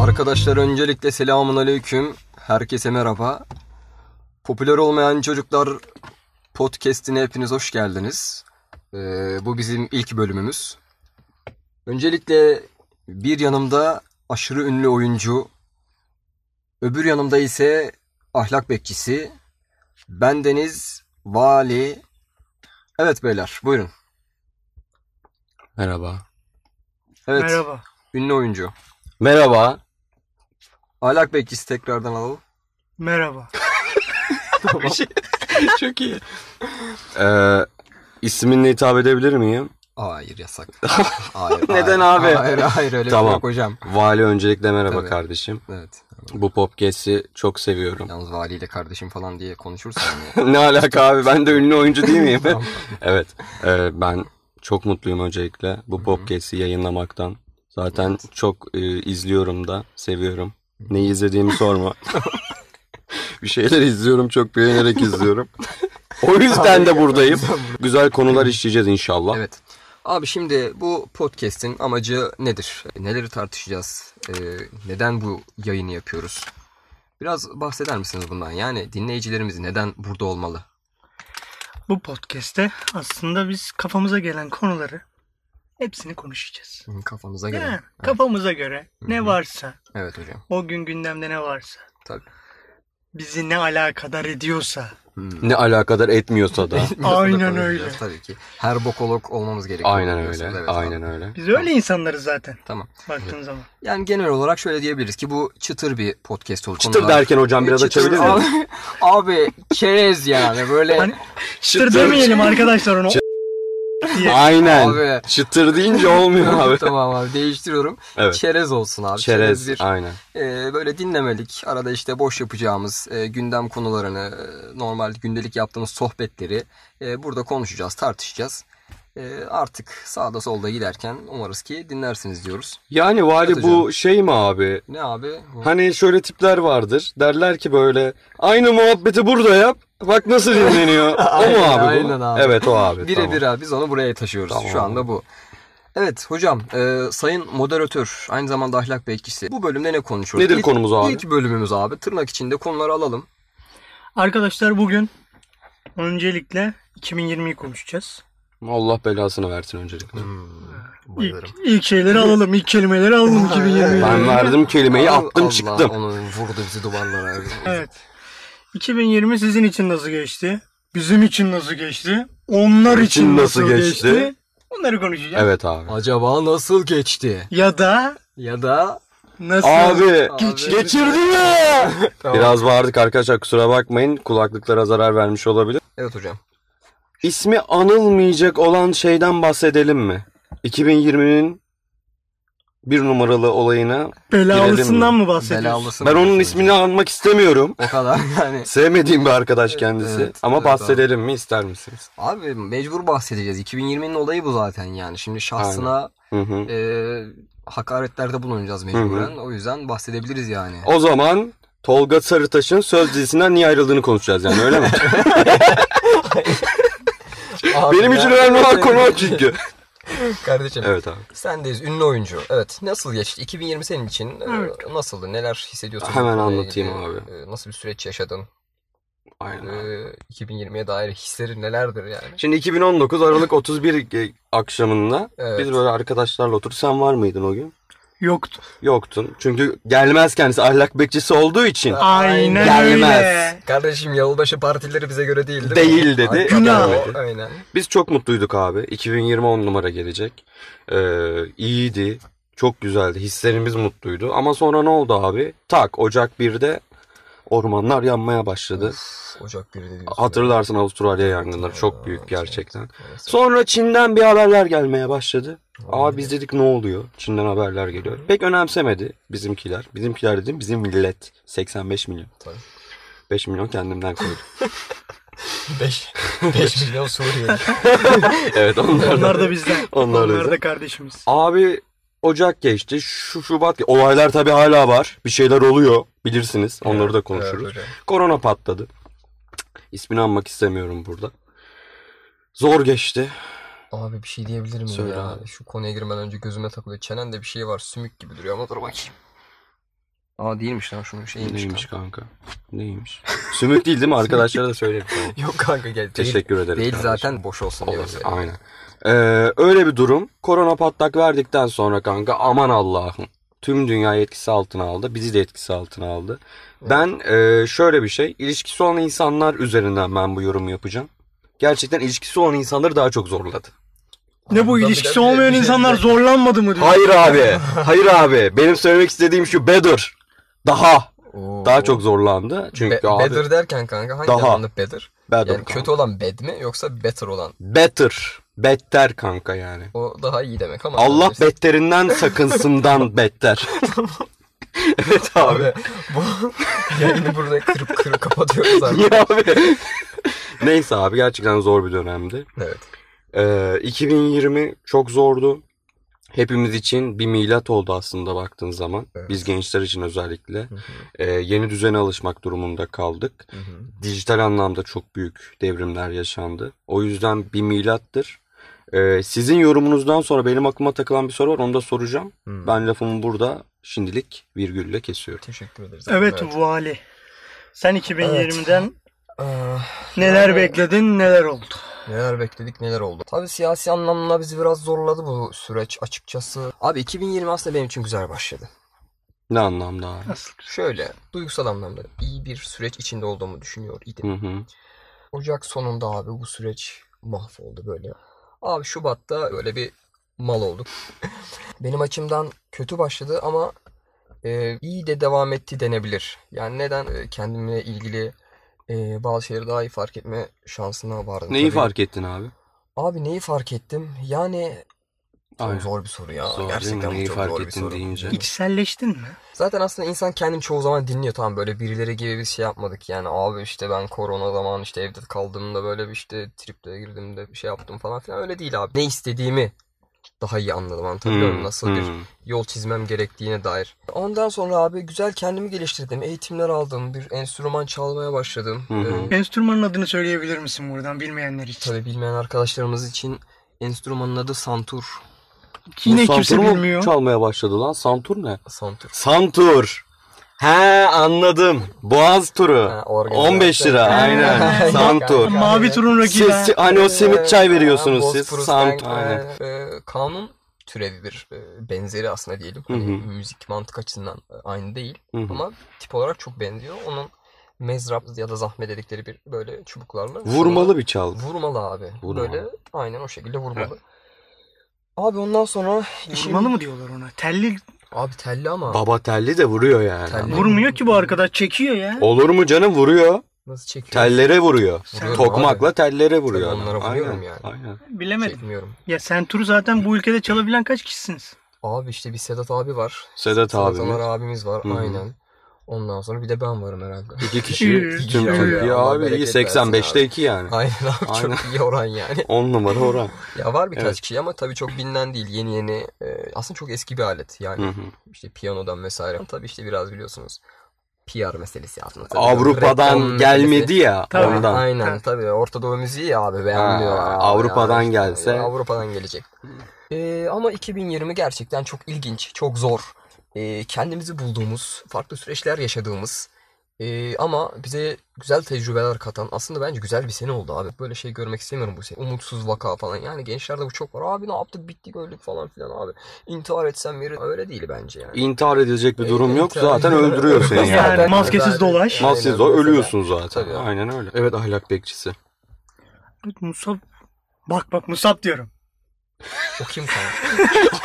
Arkadaşlar öncelikle selamun aleyküm. Herkese merhaba. Popüler olmayan çocuklar podcast'ine hepiniz hoş geldiniz. Ee, bu bizim ilk bölümümüz. Öncelikle bir yanımda aşırı ünlü oyuncu, öbür yanımda ise ahlak bekçisi, bendeniz vali. Evet beyler buyurun. Merhaba. Evet Merhaba. ünlü oyuncu. Merhaba. Ahlak bekçisi tekrardan alalım. Merhaba. Çok iyi. Ee, isminle hitap edebilir miyim? Hayır yasak. Hayır, Neden hayır. abi? Hayır hayır öyle tamam. Tamam. yok hocam. Vali öncelikle merhaba Tabii. kardeşim. Evet. Bu podcast'i çok seviyorum. Yalnız valiyle kardeşim falan diye konuşursan ya. ne alaka abi ben de ünlü oyuncu değil miyim? Tamam. evet. Ee, ben çok mutluyum öncelikle bu podcast'i yayınlamaktan. Zaten çok e, izliyorum da seviyorum. Neyi izlediğimi sorma. Bir şeyler izliyorum çok beğenerek izliyorum. O yüzden de buradayım. Güzel konular işleyeceğiz inşallah. evet. Abi şimdi bu podcast'in amacı nedir? E, Neleri tartışacağız? Ee, neden bu yayını yapıyoruz? Biraz bahseder misiniz bundan? Yani dinleyicilerimiz neden burada olmalı? Bu podcast'te aslında biz kafamıza gelen konuları hepsini konuşacağız. Hı, Kafanıza Değil mi? göre. Evet. Kafamıza göre Hı hı. ne varsa, evet hocam. o gün gündemde ne varsa, Tabii. bizi ne alakadar ediyorsa. Hı. Ne alakadar etmiyorsa da. Aynen öyle. Tabii ki. Her bokolog olmamız gerekiyor. Aynen öyle. biliyorsunuz. Evet, aynen öyle. Biz öyle insanlarız zaten Tamam. baktığın zaman. Yani genel olarak şöyle diyebiliriz ki bu çıtır bir podcast olur. Çıtır derken hocam biraz Çıtır- açabilir miyim? Abi, abi çerez yani böyle. Hani çıtır demeyelim arkadaşlar onu. diye. Aynen. Abi. Çıtır deyince olmuyor abi. tamam abi değiştiriyorum. Evet. Çerez olsun abi. Çerez. bir Aynen. e, böyle dinlemelik arada işte boş yapacağımız e, gündem konularını e, normal gündelik yaptığımız sohbetleri e, burada konuşacağız tartışacağız. E, artık sağda solda giderken umarız ki dinlersiniz diyoruz. Yani vali Evet bu hocam. şey mi abi? Ne abi? Hani şöyle tipler vardır. Derler ki böyle aynı muhabbeti burada yap. Bak nasıl dinleniyor. o mu Aynen, abi bu? aynen abi. Evet o abi. Birebir tamam. abi biz onu buraya taşıyoruz. Tamam. Şu anda bu. Evet hocam e, sayın moderatör aynı zamanda ahlak bekçisi. Bu bölümde ne konuşuyoruz? Nedir İlk- konumuz abi? İlk bölümümüz abi tırnak içinde konuları alalım. Arkadaşlar bugün öncelikle 2020'yi konuşacağız. Allah belasını versin öncelikle. İlk, ilk şeyleri alalım, ilk kelimeleri alalım 2020'yi. Ben verdim kelimeyi Allah attım çıktım. onu vurdu bizi duvarlara. Evet. 2020 sizin için nasıl geçti? Bizim için nasıl geçti? Onlar için, İçin nasıl, nasıl geçti? geçti? Bunları konuşacağız. Evet abi. Acaba nasıl geçti? Ya da Ya da nasıl? Abi. Abi. Geçirdi ya. Tamam. Biraz bağırdık arkadaşlar kusura bakmayın. Kulaklıklara zarar vermiş olabilir. Evet hocam. İsmi anılmayacak olan şeyden bahsedelim mi? 2020'nin bir numaralı olayına. Belalısından mı bahsediyorsun? Belalısı. Ben onun ismini anmak istemiyorum. o kadar yani. Sevmediğim bir arkadaş kendisi. Evet, Ama evet bahsedelim mi ister misiniz? Abi mecbur bahsedeceğiz. 2020'nin olayı bu zaten yani. Şimdi şahsına Hı hı. e, hakaretlerde bulunacağız mecburen. O yüzden bahsedebiliriz yani. O zaman Tolga Sarıtaş'ın söz dizisinden niye ayrıldığını konuşacağız yani öyle mi? Benim için önemli olan konu o çünkü. Kardeşim. Evet abi. Sendeyiz ünlü oyuncu. Evet. Nasıl geçti? 2020 senin için e, Evet. nasıldı? Neler hissediyorsun? Hemen bu konuyla anlatayım ilgili? E, Nasıl bir süreç yaşadın? E, Aynen. 2020'ye dair hislerin nelerdir yani? Şimdi 2019 Aralık 31 ge- akşamında Evet. biz böyle arkadaşlarla oturup sen var mıydın o gün? Yoktu. Yoktun. Çünkü gelmez kendisi ahlak bekçisi olduğu için Aynen Gelmez. öyle. Kardeşim yılbaşı partileri bize göre değil değil, mi? değil dedi. Hakikaten Günah. o, Aynen. Biz çok mutluyduk abi. 2020 10 numara gelecek. Ee, iyiydi. Çok güzeldi. Hislerimiz mutluydu. Ama sonra ne oldu abi? Tak Ocak 1'de ormanlar yanmaya başladı. Of, Ocak biri de diyorsun ya. Hatırlarsın Avustralya yangınları Ya, çok büyük şey, gerçekten. maalesef. Sonra Çin'den bir haberler gelmeye başladı. Aa Aynen. biz dedik ne oluyor? Çin'den haberler geliyor. Pek önemsemedi bizimkiler. Bizimkiler dedim bizim millet. 85 milyon. Tabii. 5 milyon kendimden koydum. 5 5 milyon Suriyeli. evet onlar da. Onlar da bizden. Onlar da Onlar da bizden. kardeşimiz. Abi Ocak geçti. Şu Şubat. Olaylar tabii hala var. Bir şeyler oluyor. Bilirsiniz. Onları da konuşuruz. Evet, hocam. Korona patladı. Cık, İsmini anmak istemiyorum burada. Zor geçti. Abi bir şey diyebilir miyim Söyle ya? abi. Şu konuya girmeden önce gözüme takılıyor. Çenende bir şey var sümük gibi duruyor ama dur bakayım. Aa değilmiş lan şunun şeyiymiş. Neymiş Neymiş? kanka? Neymiş? Sümük değil değil mi? Arkadaşlara da söyleyelim. Yok kanka gel. Teşekkür değil, ederiz Değil kardeşim. zaten boş olsun diyoruz. yani. Aynen. Ee, öyle bir durum. Korona patlak verdikten sonra kanka aman Allah'ım. Tüm dünyayı etkisi altına aldı. Bizi de etkisi altına aldı. Ben e, şöyle bir şey. ilişkisi olan insanlar üzerinden ben bu yorumu yapacağım. Gerçekten ilişkisi olan insanları daha çok zorladı. Ne bu Tabii, ilişkisi tabii, olmayan tabii. insanlar zorlanmadı mı diyor. Hayır abi. Hayır abi. Benim söylemek istediğim şu. Better. Daha. Oo. Daha çok zorlandı. Çünkü Be- abi. Better derken kanka hangi Daha. anlamda better? Better. Yani kötü kanka. olan bad mi yoksa better olan? Better. Better kanka yani. O daha iyi demek ama. Allah Neyse. betterinden sakınsından better. evet abi. Abi bu yayını burada kırıp kırıp kapatıyoruz artık. Niye abi? Neyse abi gerçekten zor bir dönemdi. Evet. Ee, 2020 çok zordu. Hepimiz için bir milat oldu aslında baktığın zaman. Evet. Biz gençler için özellikle. Hı hı, Ee, yeni düzene alışmak durumunda kaldık. hı hı. Dijital anlamda çok büyük devrimler yaşandı. O yüzden bir milattır. Ee, sizin yorumunuzdan sonra benim aklıma takılan bir soru var. Onu da soracağım. Hı. Ben lafımı burada şimdilik virgülle kesiyorum. Teşekkür ederiz. Evet vali. Sen 2020'den Ah, neler Yani- bekledin neler oldu? neler bekledik neler oldu. Tabii siyasi anlamda bizi biraz zorladı bu süreç açıkçası. Abi 2020 aslında benim için güzel başladı. Ne anlamda abi? Nasıl? Şöyle duygusal anlamda iyi bir süreç içinde olduğumu düşünüyor idim. Hı hı. Ocak sonunda abi bu süreç mahvoldu böyle. Abi Şubat'ta böyle bir mal olduk. Benim açımdan kötü başladı ama e, iyi de devam etti denebilir. Yani neden E, kendimle ilgili e, bazı şeyleri daha iyi fark etme şansına vardım. Neyi Tabii. fark ettin abi? Abi neyi fark ettim? Yani çok Aynen. zor bir soru ya. Zor değil mi? Gerçekten bu Neyi çok fark zor bir ettin soru. deyince. İçselleştin mi? Zaten aslında insan kendini çoğu zaman dinliyor tamam böyle birileri gibi bir şey yapmadık yani abi işte ben korona zaman işte evde kaldığımda böyle bir işte triplere girdiğimde bir şey yaptım falan filan öyle değil abi. Ne istediğimi daha iyi anladım anlatabiliyor muyum? Hı, Nasıl hı. bir yol çizmem gerektiğine dair. Ondan sonra abi güzel kendimi geliştirdim. Eğitimler aldım. Bir enstrüman çalmaya başladım. Hı hı. Ee, Enstrümanın adını söyleyebilir misin buradan bilmeyenler için? tabii bilmeyen arkadaşlarımız için enstrümanın adı santur. Ki Yine Bu kimse santur mu bilmiyor. çalmaya başladı lan? Santur ne? Santur. Santur. He anladım. Boğaz turu. Ha, organizasyon. 15 lira. Aynen. Ha. Santur. Mavi turun rakibi. Siz, hani o simit çay veriyorsunuz Ee, Boz siz. Fruz Santur. Bank, Aynen. e, e, kanun türevidir. E, Benzeri aslında diyelim. Hı hı. Hani müzik mantık açısından e, aynı değil. Hı hı. Ama tip olarak çok benziyor. Onun mezrap ya da zahme dedikleri bir böyle çubuklarla. Vurmalı bir çalgı. Vurmalı abi. Vurmalı. Böyle aynen o şekilde vurmalı. Abi ondan sonra işin... Vurmalı mı diyorlar ona? Telli Abi telli ama. Baba telli de vuruyor yani. Telli. vurmuyor ki bu arkadaş çekiyor ya. Olur mu canım vuruyor. Nasıl çekiyor? Tellere vuruyor. Vuruyorum Tokmakla tellere vuruyor. Tabii onlara adam. vuruyorum Aynen. yani. Aynen. Bilemedim. Çekmiyorum. Ya sen turu zaten bu ülkede çalabilen kaç kişisiniz? Abi işte bir Sedat abi var. Sedat Sedat Ömer abimiz. abimiz var. Hı hı. Aynen. Ondan sonra bir de ben varım herhalde. İki kişi İyi. tüm İyi abi Türkiye ya, Allah abi. iyi bereket 85'te versin 2 yani. Aynen abi Aynen. çok iyi oran yani. 10 numara oran. Ya var birkaç Evet. kişi ama tabii çok bilinen değil. Yeni yeni e, aslında çok eski bir alet. Yani Hı hı. işte piyanodan vesaire. Tabii işte biraz biliyorsunuz PR meselesi aslında. Tabii Avrupa'dan reklam gelmedi meselesi. ya Tabii. ondan. Aynen Ha. tabii. Orta Doğu müziği abi beğenmiyorlar. Ha, abi Avrupa'dan ya. gelse. Ya Avrupa'dan gelecek. E, ama 2020 gerçekten çok ilginç, çok zor. E, kendimizi bulduğumuz, farklı süreçler yaşadığımız e, ama bize güzel tecrübeler katan aslında bence güzel bir sene oldu abi. Böyle şey görmek istemiyorum bu sene. Umutsuz vaka falan. Yani gençlerde bu çok var. Abi ne yaptık bittik öldük falan filan abi. İntihar etsem verir. Öyle değil bence yani. İntihar edilecek bir durum E, yok. intihar- Zaten öldürüyor seni Yani yani. maskesiz dolaş. Aynen, Maskesiz o mesela. ölüyorsun zaten. Tabii. Aynen öyle. Evet ahlak bekçisi. Evet, Musab. Bak bak Musab diyorum. O kim kanka?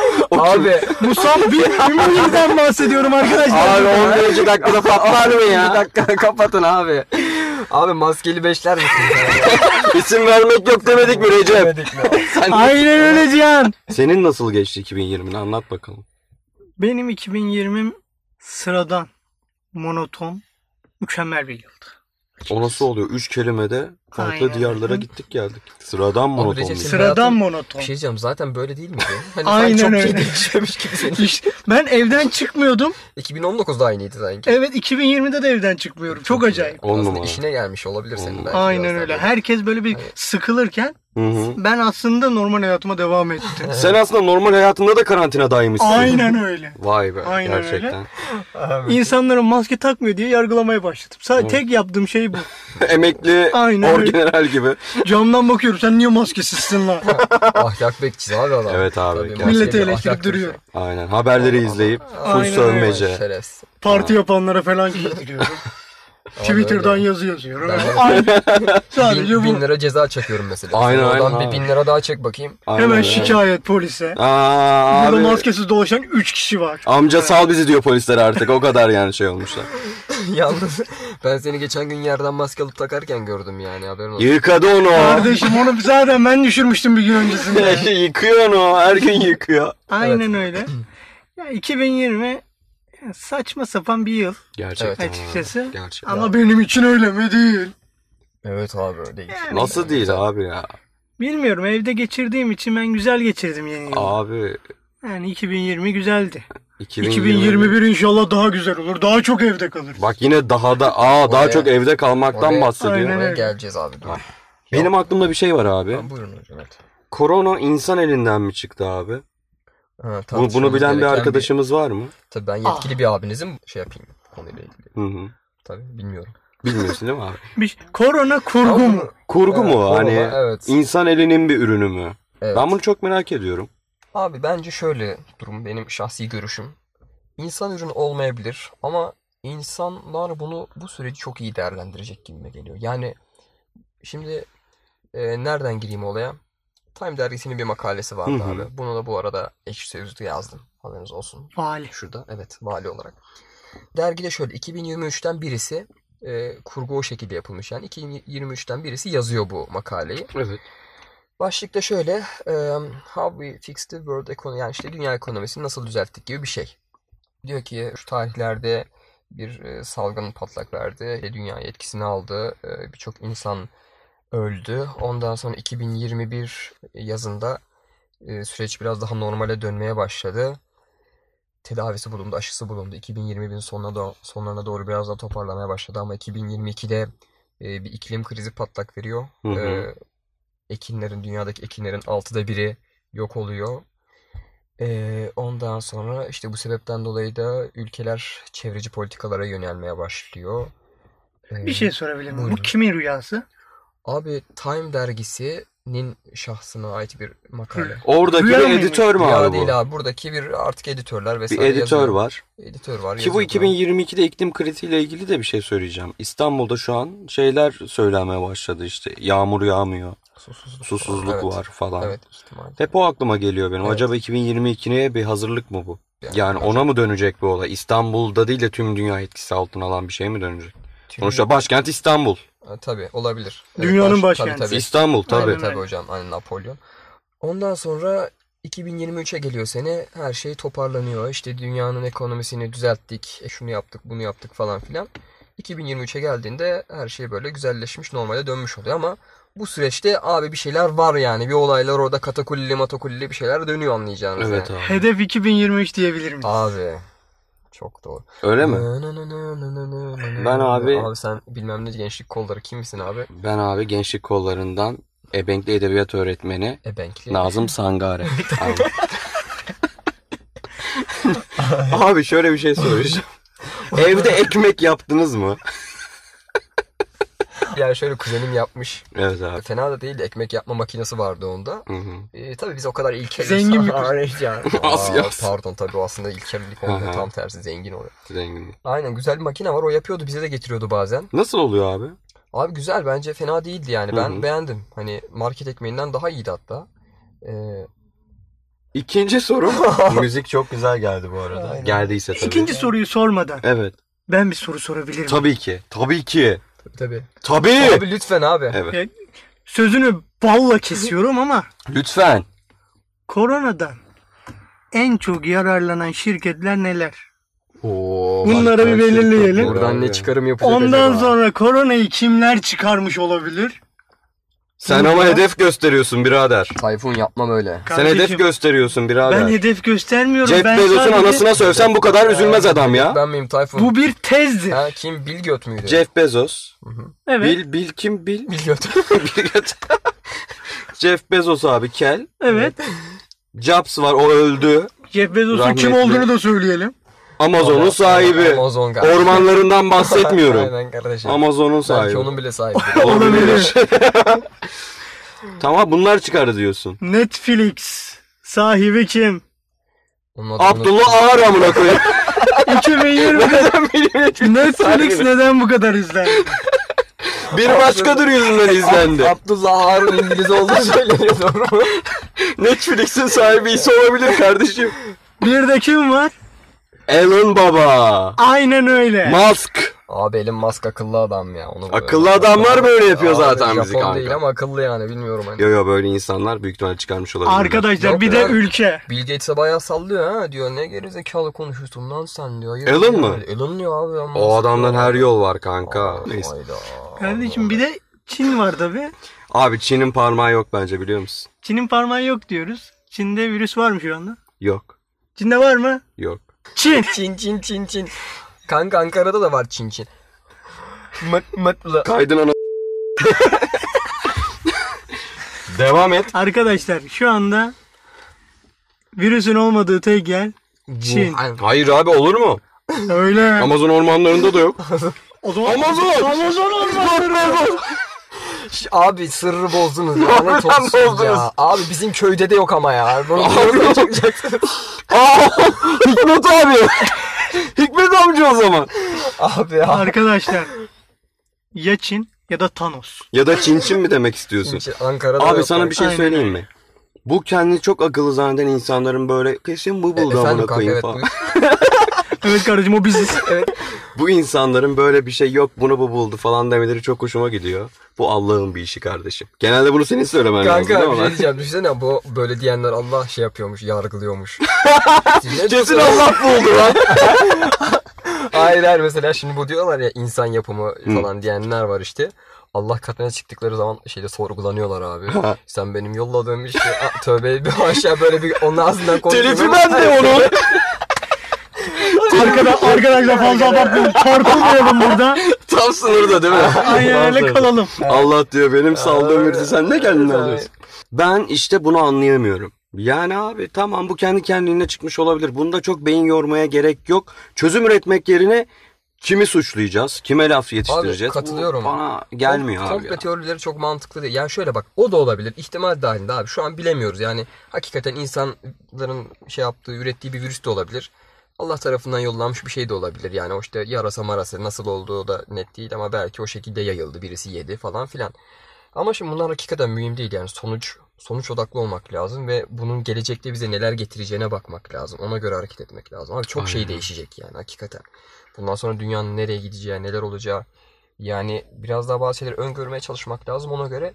abi Musab bir Ümit'ten bahsediyorum arkadaşlar. Abi 11. dakikada patlar mı bir ya? dakika kapatın abi. Abi maskeli beşler misin? İsim vermek yok demedik mi Recep? Demedik mi? Aynen öyle Cihan. Senin nasıl geçti 2020'ni anlat bakalım. Benim 2020'm sıradan, monoton, mükemmel bir yıldı. O nasıl oluyor? 3 kelimede farklı Aynen. diyarlara gittik geldik. Sıradan mı Recep olmuş? senin Sıradan hayatın- monoton. Bir şey diyeceğim zaten böyle değil miydi? Hani Aynen sanki çok öyle. şey değişmemiş gibi senin. İşte ben evden çıkmıyordum. 2019'da aynıydı sanki. Evet 2020'de de evden çıkmıyorum. Çok acayip. On Aslında numara. işine gelmiş olabilir On senin numara. belki. biraz Aynen daha öyle. böyle. Herkes böyle bir sıkılırken Hı hı. Ben aslında normal hayatıma devam ettim. Sen aslında normal hayatında da karantinadaymışsın. Aynen öyle. Vay be Aynen öyle. gerçekten. İnsanların maske takmıyor diye yargılamaya başladım. Sadece tek yaptığım şey bu. Emekli Aynen orgeneral gibi. Camdan bakıyorum sen niye maskesizsin lan? Ahlak bekçisi abi adam. Evet abi, Tabii, gerçekten. Milleti ahlak eleştirip bekçisi. duruyor. Aynen haberleri izleyip full Aynen sövmece. Şerefsiz. Parti yapanlara falan giydiriyorum. Twitter'dan öyle. yazı yazıyorum. Ben- Aynen. Bin, Sadece bu. bin lira ceza çakıyorum mesela. Aynen, Sen oradan aynen bir abi. bin lira daha çek bakayım. Aynen Hemen öyle. şikayet polise. Aa, Burada abi. maskesiz dolaşan 3 kişi var. Amca sal bizi diyor polisler artık. O kadar yani şey olmuşlar. Yalnız ben seni geçen gün yerden maske alıp takarken gördüm yani haberin olsun. Yıkadı onu. o. Kardeşim onu zaten ben düşürmüştüm bir gün öncesinde. yıkıyor onu. Her gün yıkıyor. Aynen öyle. Ya 2020 saçma sapan bir yıl Gerçekten. Evet, açıkçası. abi, Gerçekten. ama benim için öyle mi değil. Evet abi öyle değil. Yani Nasıl değil abi ya? Bilmiyorum evde geçirdiğim için ben güzel geçirdim yeni yılı. Abi Yani 2020 güzeldi. 2021. 2021 inşallah daha güzel olur. Daha çok evde kalır. Bak yine daha da aa daha Oraya- çok evde kalmaktan Oraya- bahsediyor. Aynen. Oraya öyle. geleceğiz abi Ah dur. Benim aklımda bir şey var abi. Tamam, buyurun hocam evet. Korona insan elinden mi çıktı abi? Ha, Bu- bunu tartışmamız bilen bir gereken arkadaşımız var mı? Tabii ben yetkili bir abinizim şey yapayım konuyla ilgili. Hı hı. Tabii bilmiyorum. Bilmiyorsun değil mi abi? Bir, şey, korona kurgu mu? Kurgu Evet, mu korona, hani? evet. İnsan elinin bir ürünü mü? Evet. Ben bunu çok merak ediyorum. Abi bence şöyle durum benim şahsi görüşüm. İnsan ürünü olmayabilir ama insanlar bunu bu süreci çok iyi değerlendirecek gibime geliyor. Yani şimdi e, nereden gireyim olaya? Time dergisinin bir makalesi vardı Hı hı. abi. Bunu da bu arada ekşi sözlükte yazdım. Haberiniz olsun. Vali. Şurada evet vali olarak. Dergide şöyle 2023'ten birisi e, kurgu o şekilde yapılmış. Yani 2023'ten birisi yazıyor bu makaleyi. Evet. Başlıkta şöyle e, How we fixed the world economy yani işte dünya ekonomisini nasıl düzelttik gibi bir şey. Diyor ki şu tarihlerde bir e, salgın patlak verdi. E, dünyaya etkisini aldı. E, Birçok insan öldü. Ondan sonra 2021 yazında e, süreç biraz daha normale dönmeye başladı. Tedavisi bulundu, aşısı bulundu. 2020'nin sonuna, do- sonlarına doğru biraz daha toparlamaya başladı ama 2022'de e, bir iklim krizi patlak veriyor. Hı hı. E, ekinlerin, dünyadaki ekinlerin altıda biri yok oluyor. E, ondan sonra işte bu sebepten dolayı da ülkeler çevreci politikalara yönelmeye başlıyor. E, Bir şey sorabilir miyim? Bu Buyurun. kimin rüyası? Abi Time dergisinin şahsına ait bir makale. Oradaki Rüya bir mıymış? editör mü Ya abi bu? değil abi buradaki bir artık editörler Bir vesaire editör yazıyor. var. Editör var. Ki bu yazıyor. 2022'de iklim kriziyle ilgili de bir şey söyleyeceğim. İstanbul'da şu an şeyler söylenmeye başladı işte. Yağmur yağmıyor, susuzluk, susuzluk Evet. var falan. Evet ihtimal. Hep o aklıma geliyor benim. Evet. Acaba 2022'ye bir hazırlık mı bu? Yani Yani, ona mı dönecek bu olay? İstanbul'da değil de tüm dünya etkisi altına alan bir şey mi dönecek? Tüm- Sonuçta başkent İstanbul. Ha, tabii olabilir. Dünyanın baş- tabii, başkenti. Tabii İstanbul tabii. tabii. Aynen öyle. Tabii hocam. Aynen Napolyon. Ondan sonra 2023'e geliyor sene her şey toparlanıyor. İşte dünyanın ekonomisini düzelttik. e, Şunu yaptık, bunu yaptık falan filan. 2023'e geldiğinde her şey böyle güzelleşmiş, normale dönmüş oluyor ama bu süreçte abi bir şeyler var yani. Bir olaylar orada katakulli matakulli bir şeyler dönüyor anlayacağınız. Evet yani. abi. Hedef 2023 diyebilir miyiz? Abi çok doğru. Öyle mi? Ben abi- Abi sen bilmem ne gençlik kolları kimsin abi? Ben abi gençlik kollarından ebenkli edebiyat öğretmeni Ebenkli. Nazım Sangare. Abi. Abi şöyle bir şey soracağım. Evde ekmek yaptınız mı? Ya şöyle kuzenim yapmış. Evet abi. Fena da değildi. Ekmek yapma makinesi vardı onda. Hı hı. Ee, tabii biz o kadar ilkel Zengin bir kuzen. insanlarız yani. Az Aa, yaz. Pardon tabii o aslında ilkellik Aha. olmuyor. Tam tersi zengin oluyor. Zengin. Aynen güzel bir makine var. O yapıyordu. Bize de getiriyordu bazen. Nasıl oluyor abi? Abi güzel bence fena değildi yani. Ben Hı hı. beğendim. Hani market ekmeğinden daha iyiydi hatta. Ee, İkinci sorum. Müzik çok güzel geldi bu arada. Aynen. Geldiyse tabii. İkinci soruyu sormadan Evet. ben bir soru sorabilir miyim? Tabii ki. Tabii ki. tabii. Tabii. Abi lütfen abi. Evet. Sözünü balla kesiyorum ama Lütfen. koronadan en çok yararlanan şirketler neler? Oo, Bunları bir belirleyelim. Buradan ne çıkar? çıkarım yapacak Ondan acaba? sonra koronayı kimler çıkarmış olabilir? Sen ama hedef gösteriyorsun birader. Tayfun yapmam öyle. Sen hedef gösteriyorsun birader. ben hedef göstermiyorum. Jeff ben Bezos'un sadece- anasına sövsen bu kadar üzülmez adam ya. Ben miyim Tayfun? Bu bir tezdi. Ha, kim? Bilgöt müydü? Jeff Bezos. Evet. Bil, bil kim bil? Bilgöt. Bilge- Jeff Bezos abi kel. Evet. Jobs var o öldü. Jeff Bezos'un Rahmetli. kim olduğunu da söyleyelim. Amazon'un Ama- sahibi. Amazon kardeşim. Ormanlarından bahsetmiyorum. Aynen kardeşim. Amazon'un Belki sahibi. onun bile sahibi. Olabilir. Tamam bunlar çıkar diyorsun. Netflix sahibi kim? Onun adını Abdullah Ağar amına koyayım. 2020 Netflix neden bu kadar izler? Bir başkadır yüzünden Ab- izlendi. Abdullah Harun İngiliz olduğu söyleniyor doğru mu? Netflix'in sahibi ise olabilir kardeşim. Bir de kim var? Elon Baba. Aynen öyle. Musk. Abi Elon Musk akıllı adam ya. Onu böyle- Akıllı adamlar böyle yapıyor Abi, zaten bizi Japon değil kanka. ama akıllı yani bilmiyorum hani. Yo yo böyle insanlar büyük ihtimalle çıkarmış olabilir. Arkadaşlar Yok bir de ya. ülke. Bill Gates'e bayağı sallıyor ha diyor ne gerizekalı konuşuyorsun lan sen diyor. Hayır, Elon diyor. mu? Elon diyor abi. ya, O Musk adamdan diyor. her yol var kanka. Aa, Neyse. hayda. Kardeşim bir de Çin var tabi. Abi Çin'in parmağı yok bence biliyor musun? Çin'in parmağı yok diyoruz. Çin'de virüs var mı şu anda? Yok. Çin'de var mı? Yok. Çin. Çin çin çin çin. Kanka Ankara'da da var çin çin. Mıt mıtlı. Kaydın ana... Devam et. Arkadaşlar şu anda virüsün olmadığı tek yer Çin. Ay, Hayır abi olur mu? Öyle. Amazon ormanlarında da yok. o zaman Amazon! Amazon ormanları. Şş, Abi sırrı bozdunuz ya. Lanet Harbiden olsun bozdunuz. ya. Abi bizim köyde de yok ama ya. Bunu nasıl yapacaksınız? Aa, Hikmet abi. Hikmet amca o zaman. Abi ya. Arkadaşlar ya Çin ya da Thanos. Ya da Çin Çin mi demek istiyorsun? Çin- Ankara'da Abi yok sana ya. bir şey Aynen. söyleyeyim mi? Bu kendini çok akıllı zanneden insanların böyle kesin bu E, buldu amına Efendim kanka koyayım evet. falan. buyur. Evet kardeşim o biziz. Bu insanların böyle bir şey yok bunu bu buldu falan demeleri çok hoşuma gidiyor. Bu Allah'ın bir işi kardeşim. Genelde bunu senin söylemen lazım Kanka bir değil şey mi? diyeceğim. Düşünsene bu böyle diyenler Allah şey yapıyormuş, yargılıyormuş. Ne Kesin diyorsun? Allah buldu lan. Hayır hayır mesela şimdi bu diyorlar ya insan yapımı falan diyenler var işte. Allah katına çıktıkları zaman şeyde sorgulanıyorlar abi. Sen benim yolladığım işte a, tövbe bir aşağı böyle bir onun ağzından konuşuyor. Telifi bende onun. Arkada, arkadaşlar fazla abartmayalım. Çarpılmayalım burada. Tam sınırda değil mi? Aynen Tam öyle sınırda. kalalım. Allah diyor benim saldığım Aynen. virüsü sen ne kendine Aynen. alıyorsun? Ben işte bunu anlayamıyorum. Yani abi tamam bu kendi kendine çıkmış olabilir. Bunda çok beyin yormaya gerek yok. Çözüm üretmek yerine kimi suçlayacağız? Kime laf yetiştireceğiz? katılıyorum. Bu bana gelmiyor abi. Komple ya. teorileri çok mantıklı değil. Yani şöyle bak o da olabilir. İhtimal dahilinde abi. Şu an bilemiyoruz. Yani hakikaten insanların şey yaptığı, ürettiği bir virüs de olabilir. Allah tarafından yollanmış bir şey de olabilir. Yani o işte yarasa marası nasıl olduğu da net değil ama belki o şekilde yayıldı. Birisi yedi falan filan. Ama şimdi bunlar hakikaten mühim değil. Yani sonuç sonuç odaklı olmak lazım ve bunun gelecekte bize neler getireceğine bakmak lazım. Ona göre hareket etmek lazım. Abi çok şey Aynen. değişecek yani hakikaten. Bundan sonra dünyanın nereye gideceği, neler olacağı yani biraz daha bazı şeyleri öngörmeye çalışmak lazım. Ona göre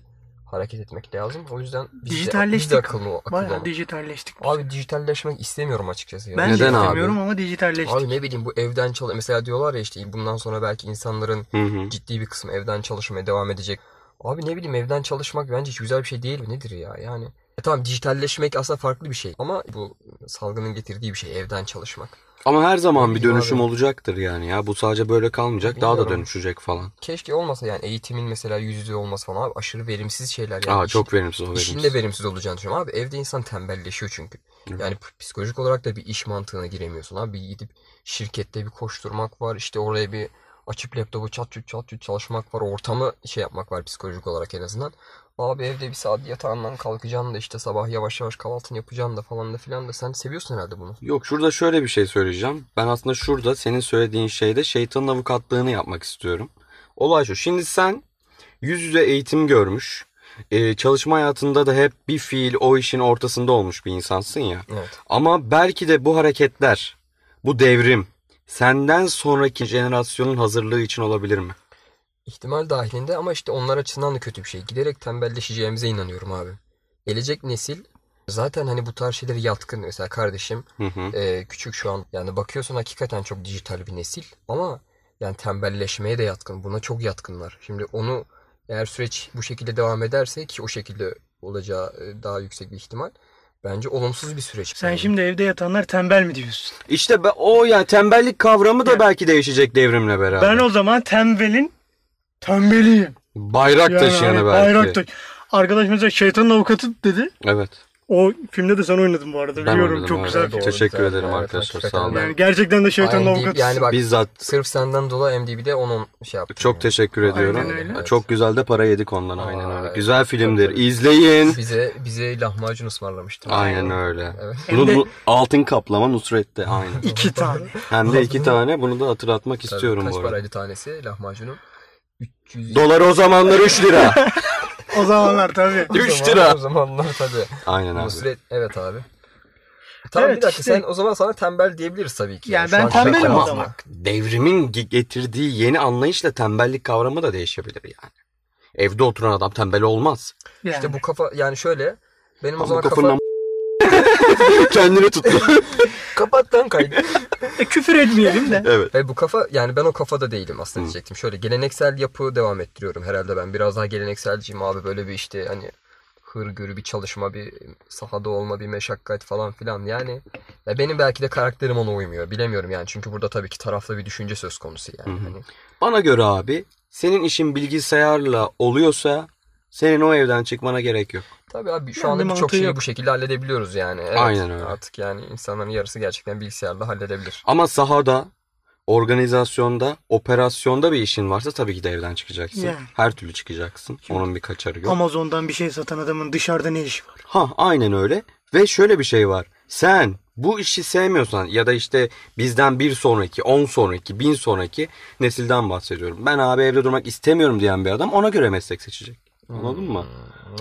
hareket etmek lazım. O yüzden biz de- biz Dijitalleştik. de akıllı, akıllı Bayağı olmak- dijitalleştik. Abi dijitalleşmek istemiyorum açıkçası. ya. Ben Neden de abi? istemiyorum ama dijitalleştik. Abi ne bileyim bu evden çalış... Mesela diyorlar ya işte bundan sonra belki insanların Hı hı. ciddi bir kısmı evden çalışmaya devam edecek. Abi ne bileyim evden çalışmak bence hiç güzel bir şey değil mi? Nedir ya yani? E tamam dijitalleşmek aslında farklı bir şey ama bu salgının getirdiği bir şey evden çalışmak. Ama her zaman bir Bilmiyorum dönüşüm abi. olacaktır yani ya. Bu sadece böyle kalmayacak. Daha da Bilmiyorum. dönüşecek falan. Keşke olmasa yani eğitimin mesela yüz yüze olması falan abi aşırı verimsiz şeyler yani. Aa İşin- çok verimsiz o İşin verimsiz. de verimsiz olacağını düşünüyorum abi. Evde insan tembelleşiyor çünkü. Yani p- psikolojik olarak da bir iş mantığına giremiyorsun abi. Bir gidip şirkette bir koşturmak var. işte oraya bir açıp laptopu çat çut çat çut çalışmak var. Ortamı şey yapmak var psikolojik olarak en azından. Abi evde bir saat yatağından kalkacaksın da işte sabah yavaş yavaş kahvaltını yapacaksın da falan da filan da sen seviyorsun herhalde bunu. Yok şurada şöyle bir şey söyleyeceğim. Ben aslında şurada senin söylediğin şeyde şeytanın avukatlığını yapmak istiyorum. Olay şu. Şimdi sen yüz yüze eğitim görmüş. e, çalışma hayatında da hep bir fiil o işin ortasında olmuş bir insansın ya. Evet. Ama belki de bu hareketler, bu devrim senden sonraki jenerasyonun hazırlığı için olabilir mi? İhtimal dahilinde ama işte onlar açısından da kötü bir şey. Giderek tembelleşeceğimize inanıyorum abi. Gelecek nesil zaten hani bu tarz şeylere yatkın. Mesela kardeşim Hı hı. Ee, küçük şu an yani bakıyorsun hakikaten çok dijital bir nesil ama yani tembelleşmeye de yatkın buna çok yatkınlar. Şimdi onu eğer süreç bu şekilde devam ederse ki o şekilde olacağı e, daha yüksek bir ihtimal bence olumsuz bir süreç. Sen Yani. şimdi evde yatanlar tembel mi diyorsun? İşte be- o yani tembellik kavramı da belki değişecek devrimle beraber. Ben o zaman tembelin tembeliyim. bayrak Yani taşıyanı hani belki. bayrak taşı- arkadaş mesela şeytanın avukatı dedi. Evet. O filmde de sen oynadın bu Ben arada. Biliyorum oynadım, çok evet. güzel film. Doğru. Teşekkür güzel. ederim arkadaşlar, hakikaten. sağ olun. Yani Yani gerçekten de şeytanın IMDb avukatı. yani bak Bizzat sırf senden dolayı MDB'de onun şey yaptı. çok teşekkür ediyorum. öyle. Evet. Çok güzel de para yedik ondan aynen öyle. evet. Güzel filmdir. İzleyin. Bize bize lahmacun ısmarlamıştı. Aynen öyle. Evet. Bunu bu- altın kaplama Nusret'te aynı. İki tane. Hem de iki tane. Bunu da hatırlatmak Tabii, istiyorum Kaç bu arada. paraydı tanesi lahmacunun? 300 Dolar o zamanlar 3 lira. O zamanlar tabii. O 3 zaman- lira. O zamanlar tabii. Aynen abi. Nusret evet abi. E, Tamam Evet, bir dakika işte- sen o zaman sana tembel diyebiliriz tabii ki. Yani Şu ben an şey tembelim o yapamam. zaman. Bak, devrimin ge- getirdiği yeni anlayışla tembellik kavramı da değişebilir yani. Evde oturan adam tembel olmaz. Yani. İşte bu kafa yani şöyle benim o Ama zaman kafanın kafa... am- kendini tuttu. Kapat lan kaydı. E, küfür etmeyelim de. evet. Ve bu kafa yani ben o kafada değilim aslında Hı. diyecektim. Şöyle geleneksel yapı devam ettiriyorum herhalde ben. Biraz daha gelenekselciyim abi böyle bir işte hani hırgürü bir çalışma bir sahada olma bir meşakkat falan filan yani. Ya benim belki de karakterim ona uymuyor bilemiyorum yani. Çünkü burada tabii ki taraflı bir düşünce söz konusu yani. Hı hı. Hani Bana göre abi senin işin bilgisayarla oluyorsa senin o evden çıkmana gerek yok. Tabii abi şu Yani anda birçok mantığı şeyi yok. bu şekilde halledebiliyoruz yani. Evet, Aynen öyle. Artık yani insanların yarısı gerçekten bilgisayarla halledebilir. Ama sahada, organizasyonda, operasyonda bir işin varsa tabii ki de evden çıkacaksın. Yani. Her türlü çıkacaksın. Onun bir kaçarı yok. Amazon'dan bir şey satan adamın dışarıda ne işi var? Ha aynen öyle. Ve şöyle bir şey var. Sen bu işi sevmiyorsan ya da işte bizden bir sonraki, on sonraki, bin sonraki nesilden bahsediyorum. Ben abi evde durmak istemiyorum diyen bir adam ona göre meslek seçecek. Anladın mı?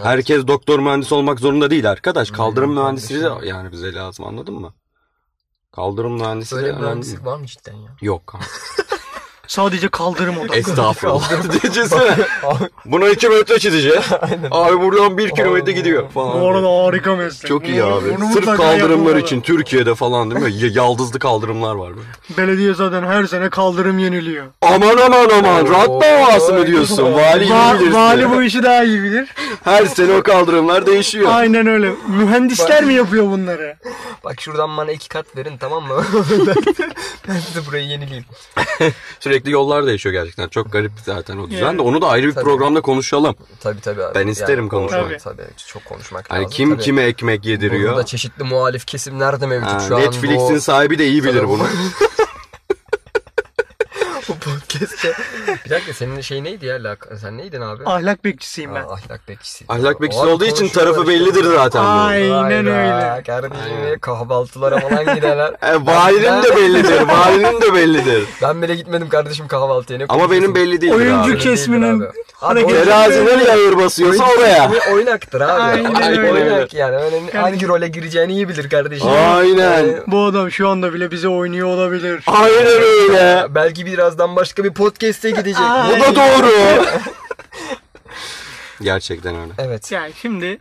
Herkes doktor mühendis olmak zorunda değil arkadaş. Kaldırım Hmm, Hmm, mühendisliği de anlaşıldı. yani bize lazım anladın mı? Kaldırım mühendisi de Böyle bir önemli. mühendislik var mı cidden ya? Yok kanka. Sadece kaldırım odası. Estağfurullah. Düşünsene. Buna iki metre çizeceğiz. Abi buradan bir kilometre gidiyor falan. Bu arada harika meslek. Çok iyi Bunu- abi. bunu Sırf mutlaka kaldırımlar yapılmalı. için Türkiye'de falan değil mi? Y- Yaldızlı kaldırımlar var böyle. Belediye zaten her sene kaldırım yeniliyor. Aman aman aman Oo. rant davası mı diyorsun? Vali Va- iyi bilirsin. vali bu işi daha iyi bilir. Her sene o kaldırımlar değişiyor. Aynen öyle. Mühendisler mi yapıyor bunları? Bak şuradan bana iki kat verin tamam mı? ben size burayı yenileyim. Sürekli yollar değişiyor gerçekten. Çok garip zaten o düzen Yani. de. Onu da ayrı bir Tabii. programda konuşalım. Tabii tabii abi. Ben isterim konuşmak. Tabii. çok konuşmak Hani lazım. kim tabii. kime ekmek yediriyor. Burada çeşitli muhalif kesimler de mevcut Ha, şu an. Netflix'in bu- sahibi de iyi bilir Tabii. bunu. bu podcast'te. Bir dakika senin şey neydi ya? lak- Sen neydin abi? Ahlak bekçisiyim ben. Aa, ahlak bekçisi. Ahlak bekçisi O abi olduğu için konuşuyorlar tarafı işte. bellidir zaten bunun. Aynen Vay be, öyle. Kardeşim kahvaltılara falan giderler. E, valinin de bellidir. Valinin de bellidir. Ben bile gitmedim kardeşim kahvaltıya. Ne Ama benim belli değil Oyuncu abi. ki- Kesminin Abi, hareketi- Terazi nereye ağır basıyorsa oraya. Oyun- Oynaktır abi. Aynen öyle. Oynak yani. Önemli- hangi Kardeşim. role gireceğini iyi bilir kardeşim. Aynen. Yani Bu adam şu anda bile bize oynuyor olabilir. Aynen öyle. belki birazdan başka bir podcast'e gidecek. Aa. Bu da doğru. Gerçekten öyle. Evet. Yani şimdi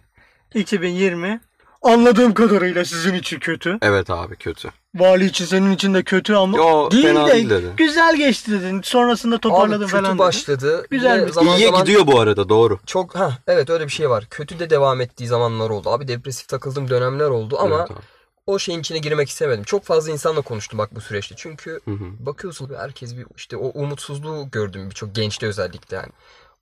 2020 anladığım kadarıyla sizin için kötü. Evet abi kötü. Vali için senin için de kötü ama Yo, değil fena de değil dedi. güzel geçti dedin. Sonrasında Abi toparladın kötü falan dedin. başladı. Güzel Ve bir- zaman İyiye zaman gidiyor bu arada doğru. Çok ha evet öyle bir şey var. Kötü de devam ettiği zamanlar oldu. Abi depresif takıldığım dönemler oldu ama Evet abi. o şeyin içine girmek istemedim. Çok fazla insanla konuştum bak bu süreçte. Çünkü Hı hı. bakıyorsun herkes bir işte o umutsuzluğu gördüm birçok gençte özellikle yani.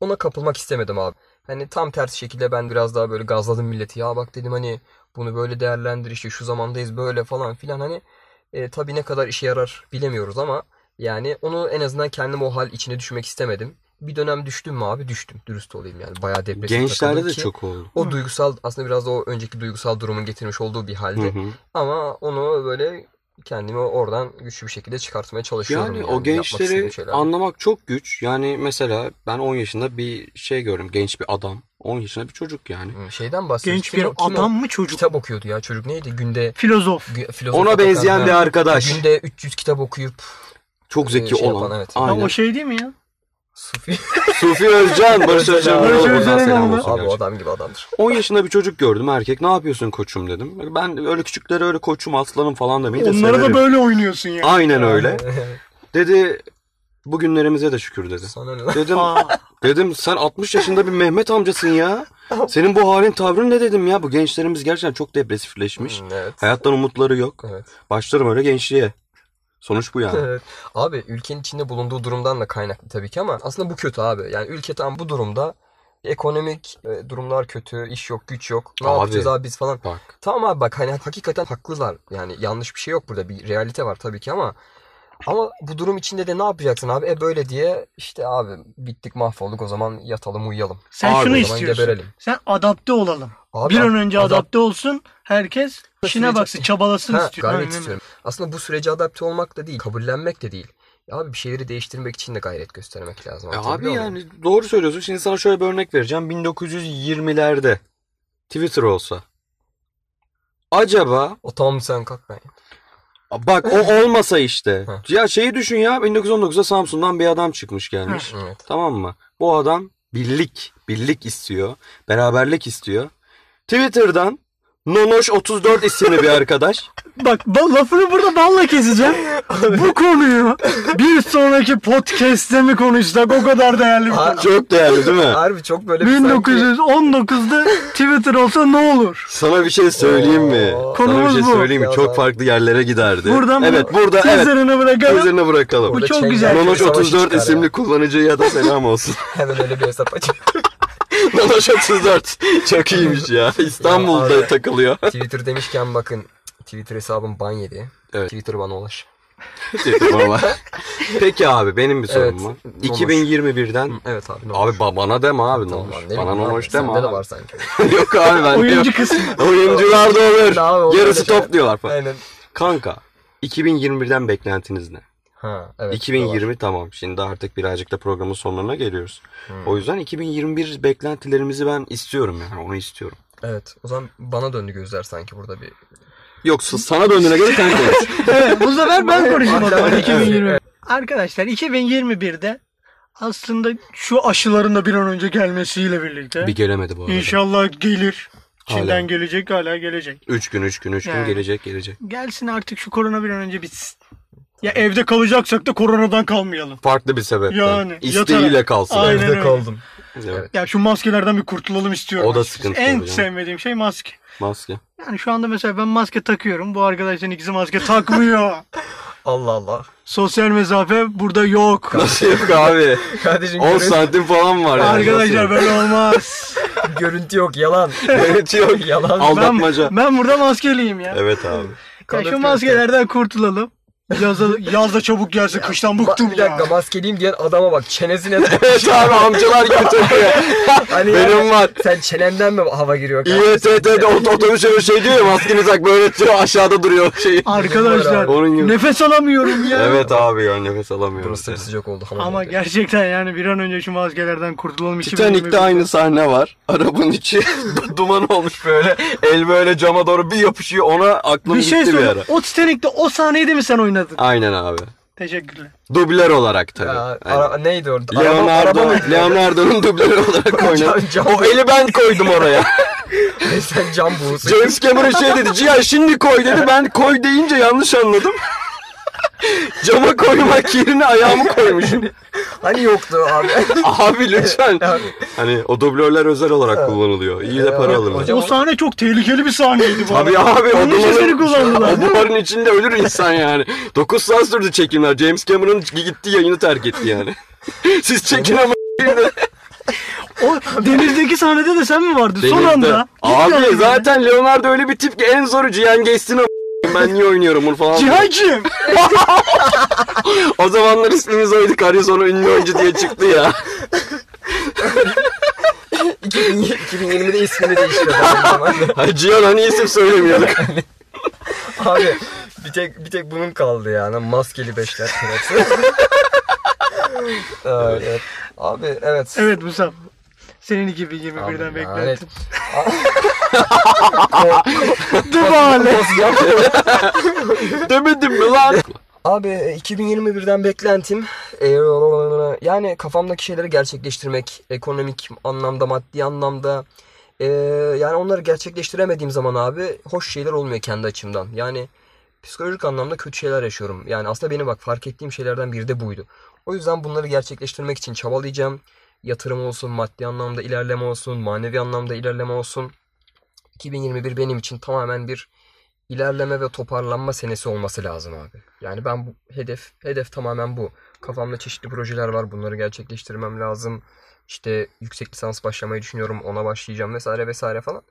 Ona kapılmak istemedim abi. Hani tam tersi şekilde ben biraz daha böyle gazladım milleti. Ya bak dedim hani bunu böyle değerlendir işte şu zamandayız böyle falan filan hani e, tabii ne kadar işe yarar bilemiyoruz ama yani onu en azından kendim o hal içine düşmek istemedim. Bir dönem düştüm mü abi? Düştüm. Dürüst olayım yani. Bayağı depresif Gençlerde takıldım de ki çok oldu. O duygusal aslında biraz da o önceki duygusal durumun getirmiş olduğu bir halde. Hı hı. Ama onu böyle kendimi oradan güçlü bir şekilde çıkartmaya çalışıyorum. Yani o yapmak istediğim gençleri şeyler. anlamak çok güç. Yani mesela ben 10 yaşında bir şey gördüm. Genç bir adam. 10 yaşında bir çocuk yani. Hı, Şeyden bahsediyor. Genç Kim bir o- kim o? adam mı çocuk? Kitap okuyordu ya çocuk neydi? Günde Filozof. gü- filozof Ona Atakan, benzeyen ha. bir arkadaş. Günde 300 kitap okuyup Çok zeki e, şey olan. yapan, evet. Ya o Aynen. şey değil mi ya? Sufi. Sufi Özcan, Barış Özcan. Barış Buradan Özcan'a selam yolla. olsun Abi o gerçekten. adam gibi adamdır. 10 yaşında bir çocuk gördüm erkek. Ne yapıyorsun koçum dedim. Ben öyle küçüklere öyle koçum aslanım falan demeyi de Onlara da severim. böyle oynuyorsun ya. Aynen öyle. Dedi bugünlerimize de şükür dedi. Sana ne lan? Dedim Aa, dedim sen 60 yaşında bir Mehmet amcasın ya. Senin bu halin tavrın ne dedim ya. Bu gençlerimiz gerçekten çok depresifleşmiş. Hı, Evet. Hayattan umutları yok. Evet. Başlarım öyle gençliğe. Sonuç bu yani. Evet. Abi ülkenin içinde bulunduğu durumdan da kaynaklı tabii ki ama aslında bu kötü abi. Yani ülke tam bu durumda Ekonomik e, durumlar kötü, iş yok, güç yok. Ne Abi. yapacağız abi biz falan. Bak. Tamam abi bak hani hakikaten haklılar. Yani yanlış bir şey yok burada. Bir realite var tabii ki ama ama bu durum içinde de ne yapacaksın abi? E böyle diye işte abi bittik mahvolduk o zaman yatalım uyuyalım. Sen Abi, şunu o zaman istiyorsun. geberelim. Sen adapte olalım. Abi bir an önce adap- adapte olsun. Herkes işine sürece- baksın, çabalasın Ha, istiyor. gayret Aynen. istiyorum. Aslında bu sürece adapte olmak da değil, kabullenmek de değil. Ya abi bir şeyleri değiştirmek için de gayret göstermek lazım. E abi Anlatabiliyor muyum? yani doğru söylüyorsun. Şimdi sana şöyle bir örnek vereceğim. 1920'lerde Twitter olsa. Acaba O tamam sen kalk ben. bak o olmasa işte. Hı. ya şeyi düşün ya 1919'da Samsun'dan bir adam çıkmış gelmiş. Evet. Tamam mı? Bu adam birlik, birlik istiyor, beraberlik istiyor. Twitter'dan Nonoş 34 isimli bir arkadaş. Bak ba- lafını burada balla keseceğim. Bu konuyu bir sonraki podcast'te mi konuşsak o kadar değerli bir konu. Aa, Çok değerli değil mi? Harbi çok böyle bir sanki- 1919'da Twitter olsa ne olur? Sana bir şey söyleyeyim mi? Oo. Sana bir Konumuz şey bu. söyleyeyim mi? Çok farklı yerlere giderdi. Buradan evet, bunu burada evet. sözlerini bırakalım. Üzerine bırakalım. Bu Orada çok Çengel güzel. gibi Nonoş savaşı 34 çıkar ya. isimli kullanıcıya da selam olsun. Hemen öyle bir hesap aç. Nonoş 34. Çok iyiymiş ya. İstanbul'da Ya abi. takılıyor. Twitter demişken bakın Twitter hesabım ban yedi. Evet. Twitter bana ulaş. Peki abi benim bir sorum Evet, var. Nonoş. 2021'den Evet abi ne olur. Abi ba- bana deme abi Tamam Nonoş. abi, ne bana bileyim abi, Nonoş deme Sende de abi. var sanki. Yok abi ben Oyuncu kısmı. Oyuncular da olur. Abi, o Yarısı öyle şey. top diyorlar falan. Aynen. Kanka 2021'den beklentiniz ne? Ha evet. 2020 tamam. Şimdi artık birazcık da programın sonlarına geliyoruz. Hmm. O yüzden 2021 beklentilerimizi ben istiyorum yani. Onu istiyorum. Evet. O zaman bana döndü gözler sanki burada bir. Yoksa sana döndüğüne göre sen konuş. Evet, bu sefer ben konuşayım o zaman Evet. 2020. Arkadaşlar 2021'de aslında şu aşıların da bir an önce gelmesiyle birlikte bir gelemedi bu arada. inşallah gelir. Hala. Çin'den gelecek hala gelecek. 3 gün 3 gün 3 gün Yani. gelecek gelecek. Gelsin artık şu korona bir an önce bitsin. Ya evde kalacaksak da koronadan kalmayalım. Farklı bir sebepten. Yani, İsteğiyle yatarak. kalsın. Aynen Evde öyle. kaldım. Evet. Ya şu maskelerden bir kurtulalım istiyorum. O da açıkçası. sıkıntı En tabii canım. sevmediğim şey maske. Maske. Yani şu anda mesela ben maske takıyorum. Bu arkadaşların ikisi maske takmıyor. Allah Allah. Sosyal mesafe burada yok. Nasıl yok abi? Kardeşim 10 görüntü, santim falan var. yani. Arkadaşlar böyle olmaz. görüntü yok yalan. Evet yok. yalan. ben, Aldatmaca. ben burada maskeliyim ya. Evet abi. Ya şu Kanıt maskelerden kurtulalım. Yaza, yaz da çabuk gelsin. kıştan Ba- bıktım bir ya. dakika maskeliyim diyen adama bak çenesine Evet abi amcalar gibi takıyor. hani Benim var. sen çenenden mi hava giriyor İETT'de ot- otobüse bir şey diyor ya maskeni tak böyle diyor, aşağıda duruyor şey. Arkadaşlar Onun gibi. nefes alamıyorum ya. Evet abi ya nefes alamıyorum. Burası sıcak oldu hamam Ama oldu. gerçekten yani bir an önce şu maskelerden kurtulalım. İki bölümü Titanik'te bir- aynı sahne var. Arabanın içi duman olmuş böyle. El böyle cama doğru bir yapışıyor. Ona aklım Bir şey gitti bir söyle. ara. O Titanik'te o sahneyi de mi sen oynadın? Aynen abi. Teşekkürler. Dubler olarak tabii. Ya, Aynen. ara- neydi orada? Leonardo, araba mıydı? Leonardo'nun dublörü olarak oynadı. Cam- o eli ben koydum oraya. Sen cam buğusu. James Cameron şey dedi. Cihan şimdi koy dedi. Ben koy deyince yanlış anladım. Cama koymak yerine ayağımı koymuşum. Hani yoktu abi. Abi lütfen. hani o dublörler özel olarak kullanılıyor. İyi de para Evet, alırlar. hocam- O sahne çok tehlikeli bir sahneydi bu Tabii arada. abi o Onun için duvarın, seni kullandılar. o duvarın içinde ölür insan yani. 9 saat sürdü çekimler. James Cameron gitti yayını terk etti yani. Siz çekin ama O denizdeki sahnede de sen mi vardın? Son Denizde. anda. Gitti Abi yani. zaten Leonardo öyle bir tip ki en zoru Cihan geçsin ama ben niye oynuyorum bunu falan. Cihancığım. O zamanlar ismimiz oydu. Karı sonra ünlü oyuncu diye çıktı ya. 2020'de ismini değiştirdi. abi o zaman. Ay Cihan hani isim söylemiyorduk. abi bir tek bir tek bunun kaldı yani. Maskeli beşler sırası. evet. evet. Abi evet. Evet Musab. Senin 2021'den Abi, birden lanet. beklentim. Dubale. Demedim mi lan? Abi e, 2021'den beklentim e, yani kafamdaki şeyleri gerçekleştirmek ekonomik anlamda maddi anlamda e, yani onları gerçekleştiremediğim zaman abi hoş şeyler olmuyor kendi açımdan. Yani psikolojik anlamda kötü şeyler yaşıyorum. Yani aslında benim bak fark ettiğim şeylerden biri de buydu. O yüzden bunları gerçekleştirmek için çabalayacağım. Yatırım olsun, maddi anlamda ilerleme olsun, manevi anlamda ilerleme olsun. 2021 benim için tamamen bir ilerleme ve toparlanma senesi olması lazım abi. Yani ben bu hedef hedef tamamen bu. Kafamda çeşitli projeler var. Bunları gerçekleştirmem lazım. İşte yüksek lisans başlamayı düşünüyorum ona başlayacağım vesaire vesaire falan.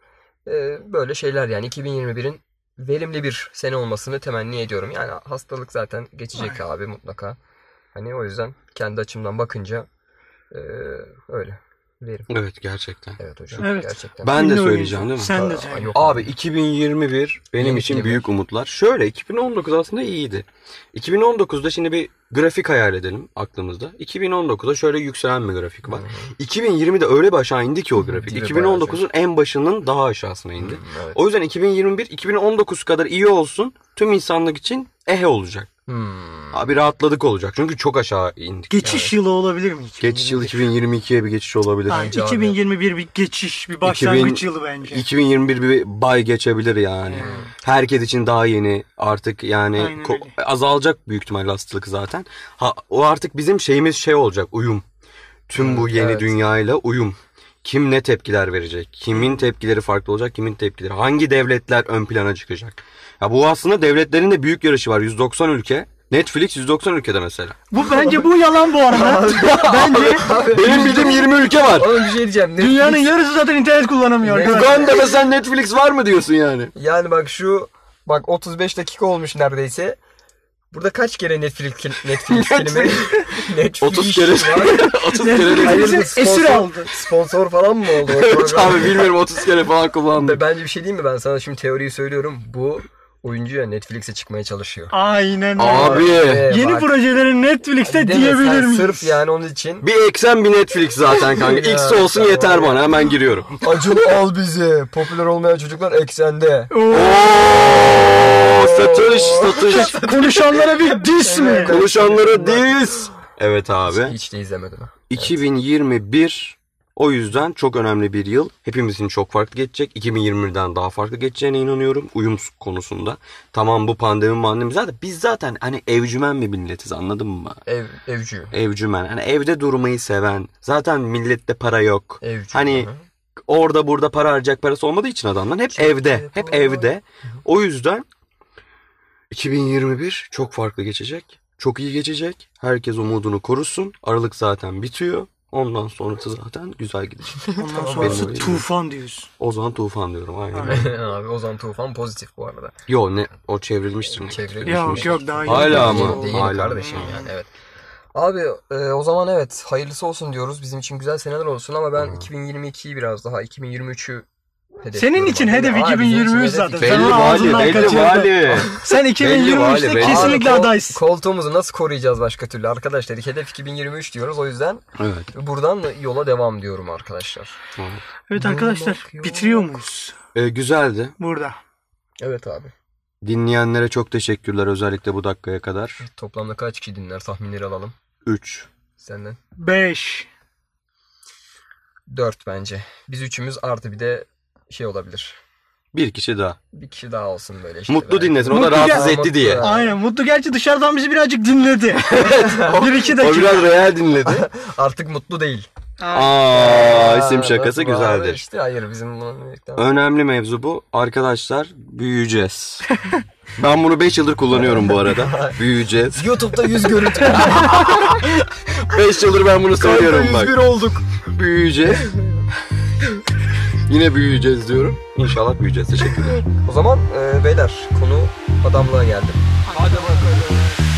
Ee, böyle şeyler yani 2021'in verimli bir sene olmasını temenni ediyorum. Yani hastalık zaten geçecek abi mutlaka. Hani o yüzden kendi açımdan bakınca e, öyle. Verim. Evet gerçekten. Evet hocam Evet. gerçekten. Ben de Ünlü söyleyeceğim oyuncu. değil mi? Sen de Aa, söyle. yok Abi 2021 benim Yeni için film. büyük umutlar. Şöyle 2019 aslında iyiydi. 2019'da şimdi bir grafik hayal edelim aklımızda. 2019'da şöyle yükselen bir grafik var. Hı 2020'de öyle bir aşağı indi ki o grafik. Dibe 2019'un en başının daha aşağısına indi. Hmm, evet. O yüzden 2021 2019 kadar iyi olsun tüm insanlık için ehe olacak. Hmm. Abi rahatladık olacak. Çünkü çok aşağı indik. Geçiş yılı olabilir mi? Geçiş yıl 2022'ye bir geçiş olabilir. Bence abi. 2021 bir geçiş, bir başlangıç 2000 yılı bence. 2021 bir bay geçebilir yani. Herkes için daha yeni artık yani Aynen ko- öyle. azalacak büyük ihtimalle hastalık zaten. Ha, o artık bizim şeyimiz şey olacak uyum. Tüm bu Hı, yeni evet. dünyayla uyum. Kim ne tepkiler verecek? Kimin tepkileri farklı olacak? Kimin tepkileri? Hangi devletler ön plana çıkacak? Ya bu aslında devletlerin de büyük yarışı var. 190 ülke. Netflix 190 ülkede mesela. Bu bence bu yalan bu arada. bence Benim bildiğim 20 ülke var. Oğlum bir şey diyeceğim. Ne- dünyanın yarısı zaten internet kullanamıyor. Ne- arkadaşlar. Uganda'da sen Netflix var mı diyorsun yani? Yani bak şu bak 35 dakika olmuş neredeyse. Burada kaç kere Netflix Netflix filmi? Netflix 30 kere. var. 30 kere Netflix- değil. Hayırdır, Esir sponsor- aldı. Sponsor falan mı oldu o Evet program? abi bilmiyorum 30 kere falan kullandım. Be- Bence bir şey diyeyim mi ben sana şimdi teoriyi söylüyorum. Bu oyuncu ya Netflix'e çıkmaya çalışıyor. Aynen öyle. Abi Evet. Yeni bak. projeleri Netflix'te Değil mi? Sen diyebilir miyiz? Sırf yani onun için. bir eksen bir Netflix zaten kanka. Ya, X olsun tamam. yeter bana hemen giriyorum. Acun al bizi. Popüler olmayan çocuklar eksende. Oo, Oo, satış satış. konuşanlara bir diss mi? Konuşanlara diz. Evet abi. Hiç de izlemedim. 2021 o yüzden çok önemli bir yıl. Hepimizin çok farklı geçecek. 2020'den daha farklı geçeceğine inanıyorum. Uyum konusunda. Tamam bu pandemi pandemi zaten. Biz zaten hani evcümen bir milletiz anladın mı? Ev, evcü. Evcümen. Hani evde durmayı seven. Zaten millette para yok. Evcü. Hani Hı. orada burada para harcayacak parası olmadığı için adamlar hep Şey, evde. Hep evde. O yüzden 2021 çok farklı geçecek. Çok iyi geçecek. Herkes umudunu korusun. Aralık zaten bitiyor. Ondan sonrası zaten güzel gidecek. Ondan Benim sonrası öyle. tufan diyorsun. O zaman tufan diyorum aynen. Aynen. Abi Ozan Tufan pozitif bu arada. Yo ne o çevrilmiştir. Çevrilmiş. Yok yok daha iyi. Hala Yeni- mı? yeni Hala. kardeşim yani evet. Abi e, o zaman evet hayırlısı olsun diyoruz. Bizim için güzel seneler olsun ama ben 2022'yi biraz daha 2023'ü hedefliyorum. Senin için Abi, hedef abi, bizim için 2023 hedef zaten. Belli Sana vali, ağzından belli kaçırdı. vali. Sen Belli bu hali, 2023'te belli. kesinlikle Abi, kol- adaysın. Koltuğumuzu nasıl koruyacağız başka türlü arkadaşlar? Hedef 2023 diyoruz o yüzden Evet. buradan yola devam diyorum arkadaşlar. Evet arkadaşlar Yok, yok. bitiriyor muyuz Ee, güzeldi. burada? Evet abi. Dinleyenlere çok teşekkürler özellikle bu dakikaya kadar. Toplamda kaç kişi dinler tahminleri alalım 3. senden. 5. 4 bence. Biz üçümüz artı bir de şey olabilir. Bir kişi daha. Bir kişi daha olsun böyle işte. Mutlu belki. dinlesin. O da Mutlu rahatsız gel- etti diye. Mutlu. Aynen Mutlu gerçi dışarıdan bizi birazcık dinledi. Bir iki O dakika. biraz real dinledi. Artık mutlu değil. Aa, isim Aa, şakası bak bu arada güzeldir. İşte hayır bizim bunun birlikte- Önemli mevzu bu. Arkadaşlar büyüyeceğiz. Ben bunu 5 yıldır kullanıyorum bu arada. Büyüyeceğiz. YouTube'da yüz görüntü. 5 yıldır ben bunu söylüyorum bak. 101 olduk. Büyüyeceğiz. Yine büyüyeceğiz diyorum. İnşallah büyüyeceğiz. Teşekkürler. O zaman e, beyler konu adamlığa geldi. Hadi bakalım.